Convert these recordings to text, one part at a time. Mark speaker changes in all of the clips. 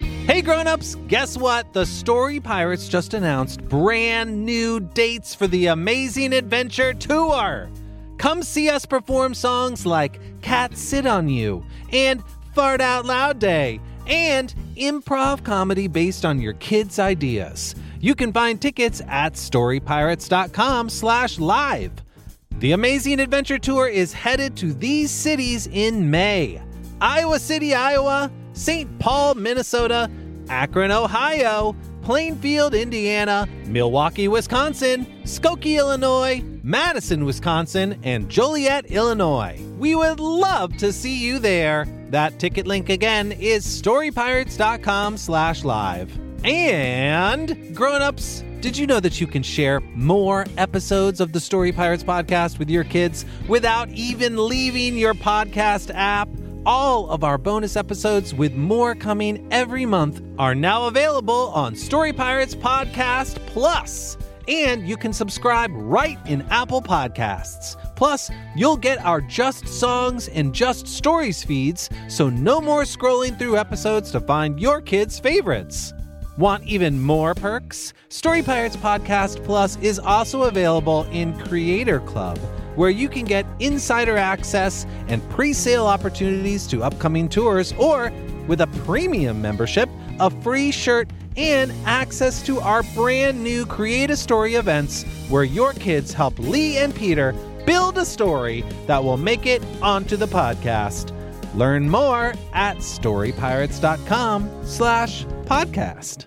Speaker 1: Hey grown-ups, guess what? The Story Pirates just announced brand new dates for the Amazing Adventure Tour. Come see us perform songs like Cat Sit on You and Fart Out Loud Day and improv comedy based on your kids' ideas. You can find tickets at storypirates.com/live. The Amazing Adventure Tour is headed to these cities in May. Iowa City, Iowa, St. Paul, Minnesota, Akron, Ohio, Plainfield, Indiana, Milwaukee, Wisconsin, Skokie, Illinois, Madison, Wisconsin, and Joliet, Illinois. We would love to see you there. That ticket link again is storypirates.com slash live. And grown-ups, did you know that you can share more episodes of the Story Pirates podcast with your kids without even leaving your podcast app? All of our bonus episodes with more coming every month are now available on Story Pirates Podcast Plus. And you can subscribe right in Apple Podcasts. Plus, you'll get our Just Songs and Just Stories feeds, so no more scrolling through episodes to find your kids' favorites. Want even more perks? Story Pirates Podcast Plus is also available in Creator Club, where you can get insider access and pre sale opportunities to upcoming tours, or with a premium membership, a free shirt, and access to our brand new Create a Story events, where your kids help Lee and Peter build a story that will make it onto the podcast. Learn more at storypirates.com slash podcast.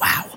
Speaker 2: Wow,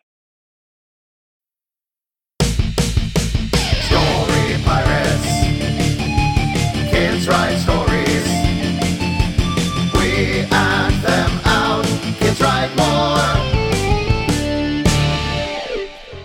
Speaker 3: Story Pirates. Kids write stories. We act them out. Kids write more.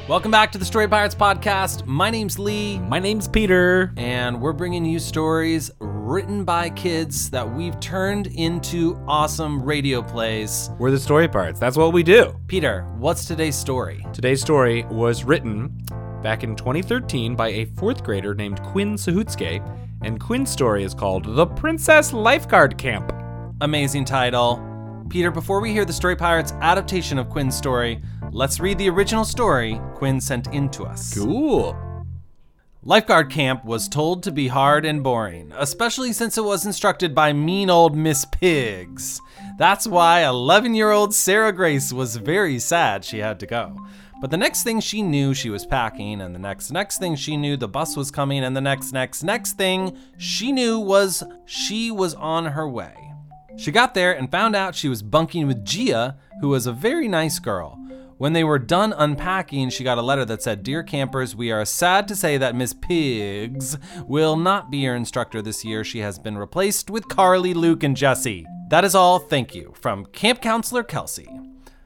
Speaker 1: Welcome back to the Story Pirates Podcast. My name's Lee.
Speaker 4: My name's Peter.
Speaker 1: and we're bringing you stories written by kids that we've turned into awesome radio plays.
Speaker 4: We're the story pirates. That's what we do.
Speaker 1: Peter, what's today's story?
Speaker 4: Today's story was written back in 2013 by a fourth grader named Quinn Sahutske, and Quinn's story is called The Princess Lifeguard Camp.
Speaker 1: Amazing title. Peter, before we hear the Story Pirates adaptation of Quinn's story, let's read the original story Quinn sent in to us.
Speaker 4: Cool.
Speaker 1: Lifeguard camp was told to be hard and boring, especially since it was instructed by mean old Miss Pigs. That's why 11 year old Sarah Grace was very sad she had to go. But the next thing she knew, she was packing, and the next next thing she knew, the bus was coming, and the next next next thing she knew was she was on her way. She got there and found out she was bunking with Gia, who was a very nice girl. When they were done unpacking, she got a letter that said, Dear campers, we are sad to say that Miss Pigs will not be your instructor this year. She has been replaced with Carly, Luke, and Jesse. That is all. Thank you. From Camp Counselor Kelsey.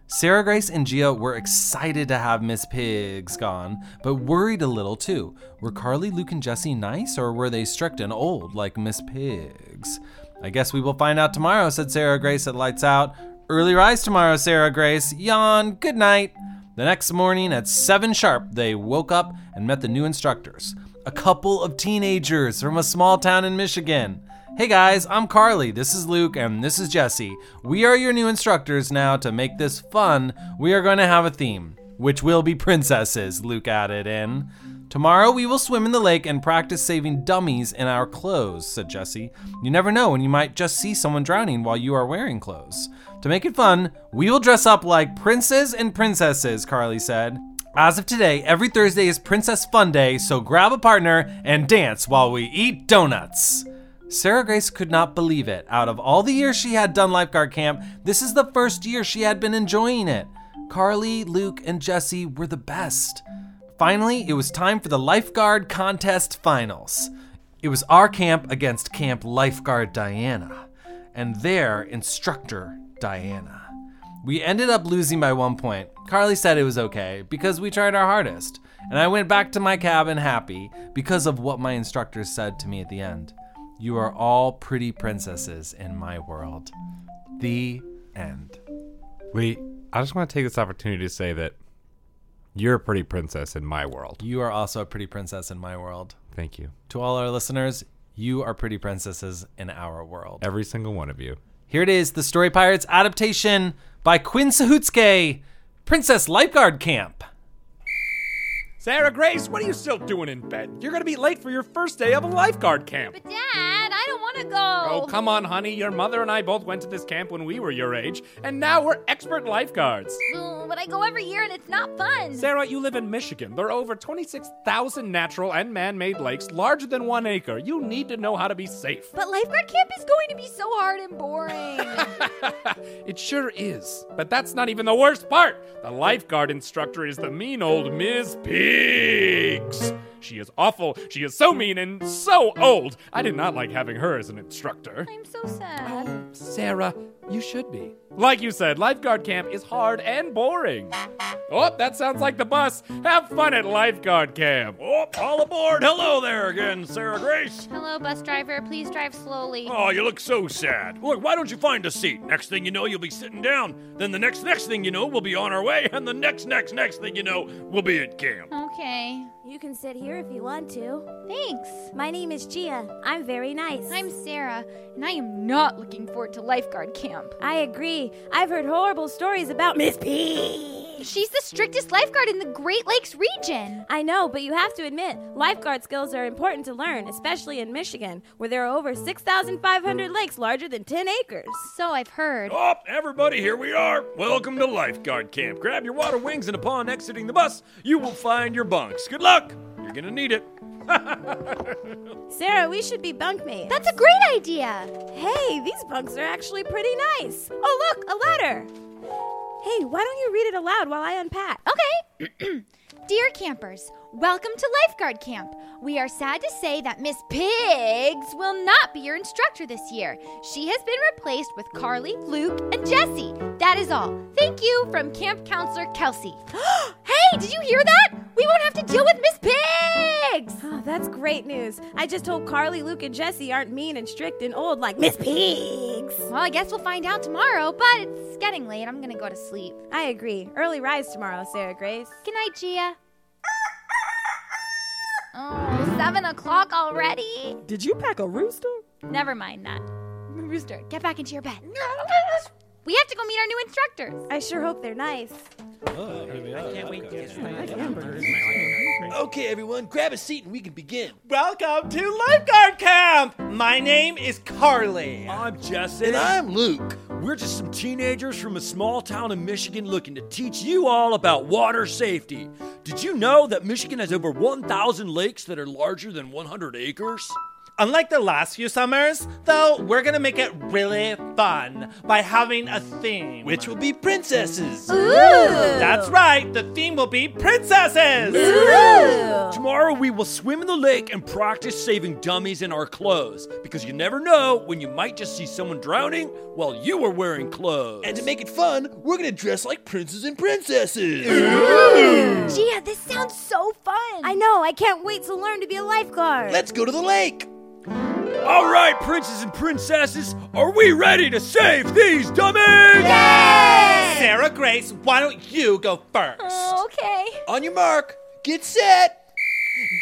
Speaker 1: Sarah Grace and Gia were excited to have Miss Pigs gone, but worried a little too. Were Carly, Luke, and Jesse nice, or were they strict and old like Miss Pigs? I guess we will find out tomorrow, said Sarah Grace at Lights Out. Early rise tomorrow, Sarah Grace. Yawn. Good night. The next morning at 7 sharp, they woke up and met the new instructors a couple of teenagers from a small town in Michigan. Hey guys, I'm Carly, this is Luke, and this is Jesse. We are your new instructors now. To make this fun, we are going to have a theme, which will be princesses, Luke added in.
Speaker 5: Tomorrow we will swim in the lake and practice saving dummies in our clothes, said Jesse. You never know when you might just see someone drowning while you are wearing clothes. To make it fun, we will dress up like princes and princesses, Carly said. As of today, every Thursday is Princess Fun Day, so grab a partner and dance while we eat donuts. Sarah Grace could not believe it. Out of all the years she had done lifeguard camp, this is the first year she had been enjoying it. Carly, Luke, and Jesse were the best. Finally, it was time for the lifeguard contest finals. It was our camp against Camp Lifeguard Diana and their instructor, Diana. We ended up losing by one point. Carly said it was okay because we tried our hardest, and I went back to my cabin happy because of what my instructor said to me at the end. You are all pretty princesses in my world. The end.
Speaker 4: Wait, I just want to take this opportunity to say that you're a pretty princess in my world.
Speaker 5: You are also a pretty princess in my world.
Speaker 4: Thank you.
Speaker 5: To all our listeners, you are pretty princesses in our world.
Speaker 4: Every single one of you.
Speaker 5: Here it is the Story Pirates adaptation by Quinn Sahutske, Princess Lifeguard Camp.
Speaker 4: Sarah Grace, what are you still doing in bed? You're going to be late for your first day of a lifeguard camp.
Speaker 6: But Dad, I don't want to go.
Speaker 4: Oh, come on, honey. Your mother and I both went to this camp when we were your age, and now we're expert lifeguards.
Speaker 6: Ugh, But I go every year and it's not fun.
Speaker 4: Sarah, you live in Michigan. There are over 26,000 natural and man made lakes larger than one acre. You need to know how to be safe.
Speaker 6: but lifeguard camp is going to be so hard and boring.
Speaker 4: It sure is. But that's not even the worst part. The lifeguard instructor is the mean old Miss Pigs. She is awful. She is so mean and so old. I did not like having her as an instructor.
Speaker 6: I'm so sad.
Speaker 4: Sarah, you should be. Like you said, lifeguard camp is hard and boring. Oh, that sounds like the bus. Have fun at lifeguard camp. Oh, all aboard. Hello there again, Sarah Grace.
Speaker 6: Hello, bus driver. Please drive slowly.
Speaker 7: Oh, you look so sad. Look, why don't you find a seat? Next thing you know, you'll be sitting down. Then the next next thing you know, we'll be on our way, and the next next next thing you know, we'll be at camp.
Speaker 6: Okay.
Speaker 8: You can sit here if you want to.
Speaker 6: Thanks.
Speaker 8: My name is Gia. I'm very nice.
Speaker 6: I'm Sarah, and I am not looking forward to lifeguard camp.
Speaker 8: I agree. I've heard horrible stories about Miss P.
Speaker 6: She's the strictest lifeguard in the Great Lakes region.
Speaker 8: I know, but you have to admit, lifeguard skills are important to learn, especially in Michigan, where there are over 6,500 lakes larger than 10 acres.
Speaker 6: So I've heard.
Speaker 7: Oh, everybody, here we are. Welcome to lifeguard camp. Grab your water wings, and upon exiting the bus, you will find your bunks. Good luck. You're gonna need it.
Speaker 8: Sarah, we should be bunkmates.
Speaker 6: That's a great idea.
Speaker 8: Hey, these bunks are actually pretty nice. Oh, look, a letter. Hey, why don't you read it aloud while I unpack?
Speaker 6: Okay. Dear campers, welcome to lifeguard camp. We are sad to say that Miss Pigs will not be your instructor this year. She has been replaced with Carly, Luke, and Jesse. That is all. Thank you from camp counselor Kelsey. hey, did you hear that? We won't have to deal with Miss Pigs.
Speaker 8: Oh, that's great news. I just hope Carly, Luke, and Jesse aren't mean and strict and old like Miss Pigs.
Speaker 6: Well, I guess we'll find out tomorrow, but it's getting late. I'm gonna go to sleep.
Speaker 8: I agree. Early rise tomorrow, Sarah Grace.
Speaker 6: Good night, Gia. Oh, seven o'clock already?
Speaker 9: Did you pack a rooster?
Speaker 6: Never mind that. Rooster, get back into your bed. We have to go meet our new instructors.
Speaker 8: I sure hope they're nice.
Speaker 3: Okay, everyone, grab a seat and we can begin.
Speaker 9: Welcome to lifeguard camp. My name is Carly.
Speaker 7: I'm Jesse.
Speaker 3: And I'm Luke.
Speaker 7: We're just some teenagers from a small town in Michigan looking to teach you all about water safety. Did you know that Michigan has over 1,000 lakes that are larger than 100 acres?
Speaker 9: Unlike the last few summers, though, we're gonna make it really fun by having a theme.
Speaker 3: Which will be princesses.
Speaker 9: That's right. The theme will be princesses.
Speaker 7: Tomorrow we will swim in the lake and practice saving dummies in our clothes because you never know when you might just see someone drowning while you are wearing clothes.
Speaker 3: And to make it fun, we're gonna dress like princes and princesses.
Speaker 6: Gia, this sounds so fun.
Speaker 8: I know. I can't wait to learn to be a lifeguard.
Speaker 3: Let's go to the lake.
Speaker 7: All right, princes and princesses, are we ready to save these dummies?
Speaker 9: Sarah Grace, why don't you go first?
Speaker 6: Oh, okay.
Speaker 3: On your mark, get set.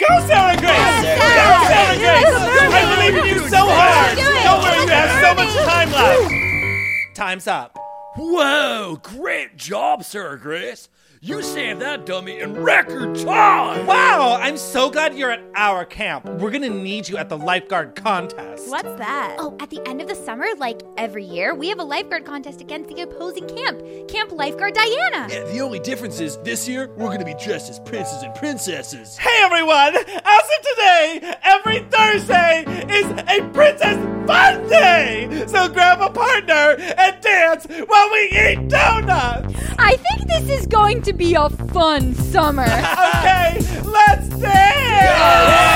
Speaker 9: Go, Sarah Grace! Go, Sarah Grace! I believe in you so hard! Don't worry, you have so much time left! Time's up.
Speaker 7: Whoa, great job, Sarah Grace. You saved that dummy in record time!
Speaker 9: Wow, I'm so glad you're at our camp. We're gonna need you at the lifeguard contest.
Speaker 8: What's that?
Speaker 6: Oh, at the end of the summer, like every year, we have a lifeguard contest against the opposing camp, Camp Lifeguard Diana.
Speaker 7: Yeah, the only difference is this year we're gonna be dressed as princes and princesses.
Speaker 9: Hey everyone! As of today, every Thursday is a Princess Fun Day! So grab a partner and dance while we eat donuts!
Speaker 6: I think this is going to be a fun summer.
Speaker 9: Okay, let's dance!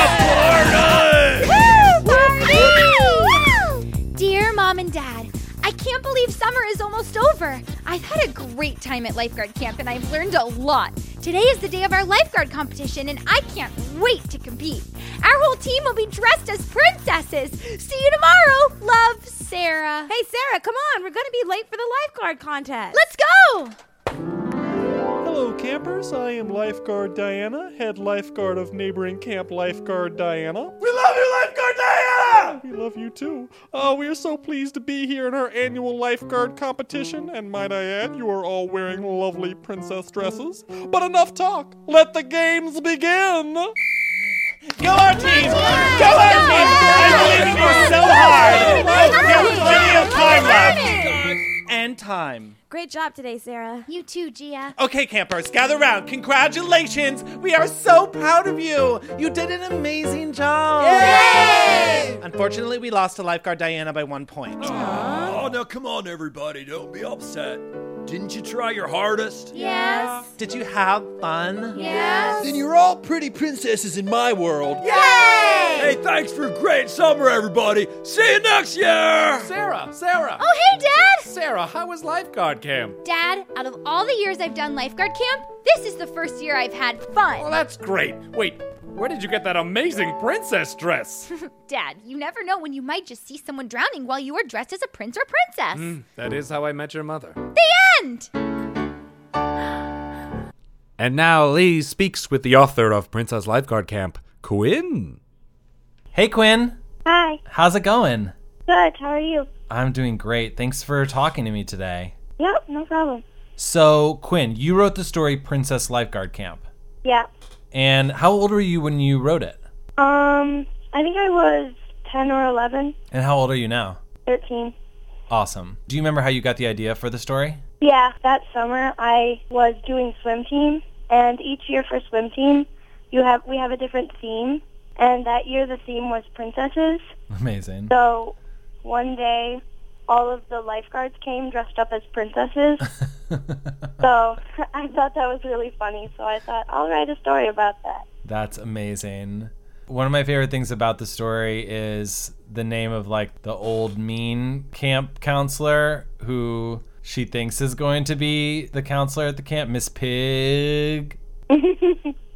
Speaker 6: Dear Mom and Dad, I can't believe summer is almost over. I've had a great time at lifeguard camp and I've learned a lot. Today is the day of our lifeguard competition and I can't wait to compete. Our whole team will be dressed as princesses. See you tomorrow. Love, Sarah.
Speaker 8: Hey, Sarah, come on. We're going to be late for the lifeguard contest.
Speaker 6: Let's go!
Speaker 10: Hello, campers. I am lifeguard Diana, head lifeguard of neighboring camp Lifeguard Diana.
Speaker 9: We love you, Lifeguard Diana!
Speaker 10: We love you too. Uh, we are so pleased to be here in our annual lifeguard competition, and might I add, you are all wearing lovely princess dresses. But enough talk. Let the games begin.
Speaker 9: Go our team! Go our team! I'm believing you so hard! Oh, we have plenty of time left! And time.
Speaker 8: Great job today, Sarah.
Speaker 6: You too, Gia.
Speaker 9: Okay, campers, gather round. Congratulations! We are so proud of you! You did an amazing job! Yay! Unfortunately, we lost to lifeguard Diana by one point.
Speaker 7: Oh, now come on, everybody, don't be upset. Didn't you try your hardest?
Speaker 6: Yes.
Speaker 9: Did you have fun?
Speaker 6: Yes.
Speaker 7: Then you're all pretty princesses in my world.
Speaker 6: Yay!
Speaker 7: Hey, thanks for a great summer, everybody. See you next year!
Speaker 4: Sarah, Sarah,
Speaker 6: Oh, hey, Dad!
Speaker 4: Sarah, how was lifeguard camp?
Speaker 6: Dad, out of all the years I've done lifeguard camp, this is the first year I've had
Speaker 4: Well,
Speaker 6: fun.
Speaker 4: Oh, that's great. Wait, where did you get that amazing princess dress?
Speaker 6: Dad, you never know when you might just see someone drowning while you are dressed as a prince or princess.
Speaker 11: Mm.
Speaker 4: that is how I met your mother.
Speaker 6: The end!
Speaker 4: And now Lee speaks with the author of Princess Lifeguard Camp, Quinn.
Speaker 5: Hey, Quinn.
Speaker 12: Hi.
Speaker 5: How's it going?
Speaker 12: Good. How are you?
Speaker 5: I'm doing great. Thanks for talking to me today.
Speaker 12: Yep. No problem.
Speaker 5: So, Quinn, you wrote the story Princess Lifeguard Camp.
Speaker 12: Yeah.
Speaker 5: And how old were you when you wrote it?
Speaker 12: Um, I think I was 10 or 11,
Speaker 5: And how old are you now?
Speaker 12: 13.
Speaker 5: Awesome. Do you remember how you got the idea for the story?
Speaker 12: Yeah, that summer I was doing swim team, and each year for swim team, you have we have a different theme, and that year the theme was princesses.
Speaker 5: Amazing.
Speaker 12: So one day, all of the lifeguards came dressed up as princesses. so I thought that was really funny. So I thought I'll write a story about that.
Speaker 5: That's amazing. One of my favorite things about the story is the name of like the old mean camp counselor who she thinks is going to be the counselor at the camp, Miss Pig.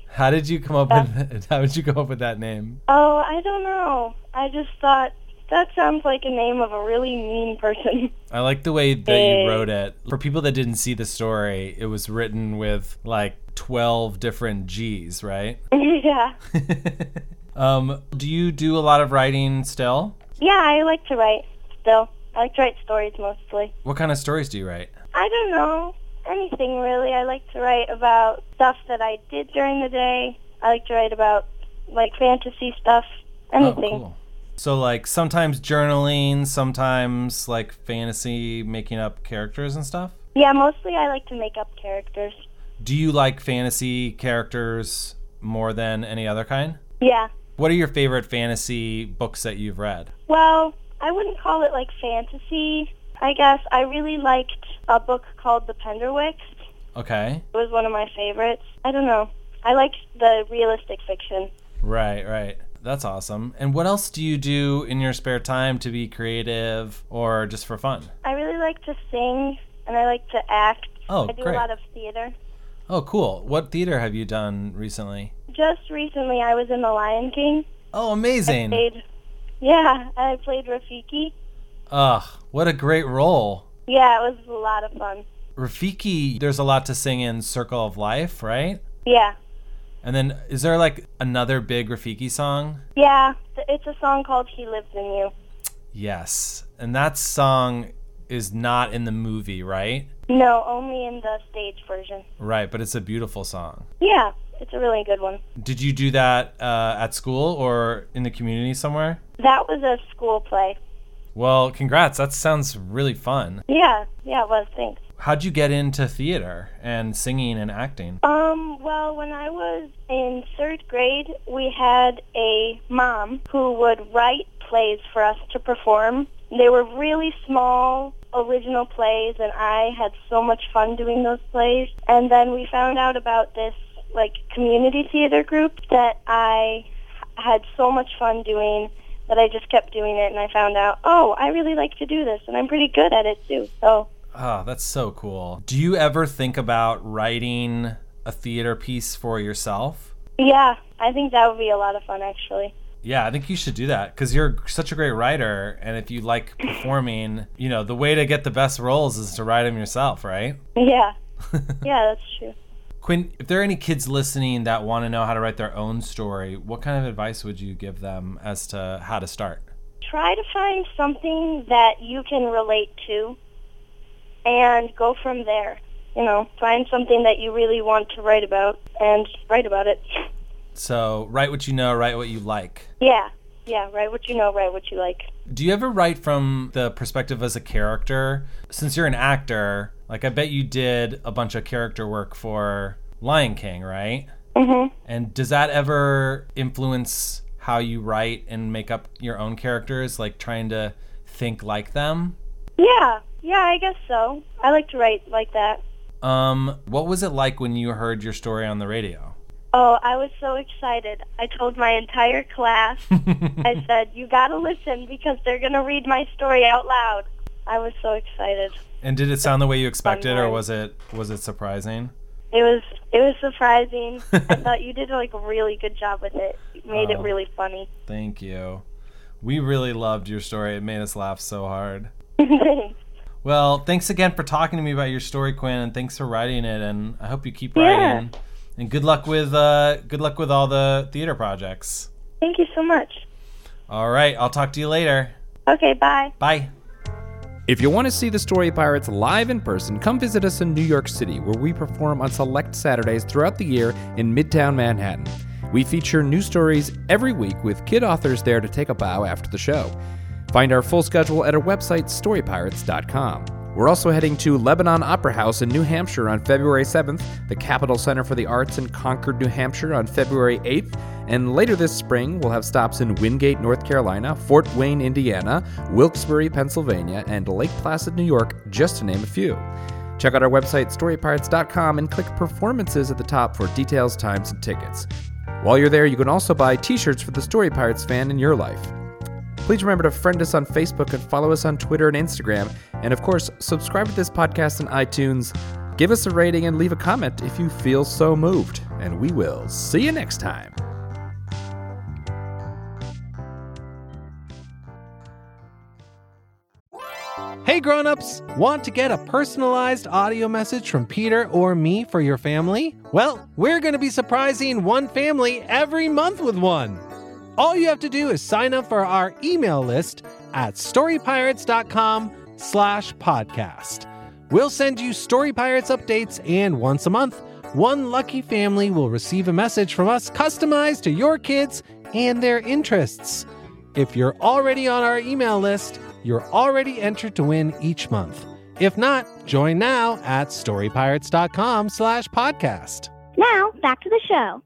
Speaker 5: how did you come up with how did you come up with that name?
Speaker 12: Oh, I don't know. I just thought that sounds like a name of a really mean person.
Speaker 5: I like the way that you wrote it. For people that didn't see the story, it was written with like 12 different G's, right?
Speaker 12: yeah.
Speaker 5: um, do you do a lot of writing still?
Speaker 12: Yeah, I like to write still. I like to write stories mostly.
Speaker 5: What kind of stories do you write?
Speaker 12: I don't know. Anything really. I like to write about stuff that I did during the day. I like to write about like fantasy stuff. Anything.
Speaker 5: Oh, So like sometimes journaling, sometimes like fantasy making up characters and stuff.
Speaker 12: Yeah, mostly I like to make up characters.
Speaker 5: Do you like fantasy characters more than any other kind?
Speaker 12: Yeah.
Speaker 5: What are your favorite fantasy books that you've read?
Speaker 12: Well, I wouldn't call it like fantasy. I guess I really liked a book called The Penderwicks.
Speaker 5: Okay.
Speaker 12: It was one of my favorites. I don't know. I like the realistic fiction.
Speaker 5: Right, right. That's awesome. And what else do you do in your spare time to be creative or just for fun?
Speaker 12: I really like to sing and I like to act.
Speaker 5: Oh,
Speaker 12: I do
Speaker 5: great.
Speaker 12: a lot of theater.
Speaker 5: Oh, cool. What theater have you done recently?
Speaker 12: Just recently I was in The Lion King.
Speaker 5: Oh, amazing.
Speaker 12: Played, yeah, I played Rafiki.
Speaker 5: Ugh, what a great role.
Speaker 12: Yeah, it was a lot of fun.
Speaker 5: Rafiki, there's a lot to sing in Circle of Life, right?
Speaker 12: Yeah.
Speaker 5: And then is there like another big Rafiki song?
Speaker 12: Yeah, th- it's a song called He Lives in You.
Speaker 5: Yes. And that song is not in the movie, right?
Speaker 12: No, only in the stage version.
Speaker 5: Right, but it's a beautiful song.
Speaker 12: Yeah, it's a really good one.
Speaker 5: Did you do that uh, at school or in the community somewhere?
Speaker 12: That was a school play.
Speaker 5: Well, congrats. That sounds really fun.
Speaker 12: Yeah, yeah, it was. Thanks.
Speaker 5: How'd you get into theater and singing and acting?
Speaker 12: Um, well, when I was in third grade, we had a mom who would write plays for us to perform. They were really small, original plays, and I had so much fun doing those plays. And then we found out about this, like, community theater group that I had so much fun doing that I just kept doing it, and I found out, oh, I really like to do this, and I'm pretty good at it, too. So
Speaker 5: Oh, that's so cool. Do you ever think about writing a theater piece for yourself?
Speaker 12: Yeah, I think that would be a lot of fun actually.
Speaker 5: Yeah, I think you should do that because you're such a great writer. And if you like performing, you know, the way to get the best roles is to write them yourself, right?
Speaker 12: Yeah. yeah, that's true.
Speaker 5: Quinn, if there are any kids listening that want to know how to write their own story, what kind of advice would you give them as to how to start?
Speaker 12: Try to find something that you can relate to and go from there. You know, find something that you really want to write about and write about it.
Speaker 5: So, write what you know, write what you like.
Speaker 12: Yeah. Yeah, write what you know, write what you like.
Speaker 5: Do you ever write from the perspective as a character? Since you're an actor, like I bet you did a bunch of character work for Lion King, right?
Speaker 12: Mhm.
Speaker 5: And does that ever influence how you write and make up your own characters, like trying to think like them?
Speaker 12: Yeah. Yeah, I guess so. I like to write like that.
Speaker 5: Um, what was it like when you heard your story on the radio?
Speaker 12: Oh, I was so excited. I told my entire class, I said, you got to listen because they're going to read my story out loud. I was so excited.
Speaker 5: And did it sound the way you expected or was it was it surprising?
Speaker 12: It was it was surprising. I thought you did like a really good job with it. You made it
Speaker 5: Oh.
Speaker 12: really funny.
Speaker 5: Thank you. We really loved your story. It made us laugh so hard. Well, thanks again for talking to me about your story, Quinn, and thanks for writing it. And I hope you keep
Speaker 12: Yeah.
Speaker 5: writing. And good luck with uh, good luck with all the theater projects.
Speaker 12: Thank you so much.
Speaker 5: All right, I'll talk to you later.
Speaker 12: Okay, bye.
Speaker 5: Bye.
Speaker 11: If you want to see the Story Pirates live in person, come visit us in New York City, where we perform on select Saturdays throughout the year in Midtown Manhattan. We feature new stories every week with kid authors there to take a bow after the show. Find our full schedule at our website, storypirates.com. We're also heading to Lebanon Opera House in New Hampshire on February 7th, the Capital Center for the Arts in Concord, New Hampshire on February 8th, and later this spring we'll have stops in Wingate, North Carolina, Fort Wayne, Indiana, Wilkes-Barre, Pennsylvania, and Lake Placid, New York, just to name a few. Check out our website, storypirates.com, and click Performances at the top for details, times, and tickets. While you're there, you can also buy t shirts for the Story Pirates fan in your life. Please remember to friend us on Facebook and follow us on Twitter and Instagram. And of course, subscribe to this podcast on iTunes. Give us a rating and leave a comment if you feel so moved. And we will see you next time.
Speaker 1: Hey grown-ups, want to get a personalized audio message from Peter or me for your family? Well, we're going to be surprising one family every month with one. All you have to do is sign up for our email list at storypirates.com/podcast. We'll send you Story Pirates updates and once a month, one lucky family will receive a message from us customized to your kids and their interests. If you're already on our email list, you're already entered to win each month. If not, join now at storypirates.com slash podcast.
Speaker 13: Now, back to the show.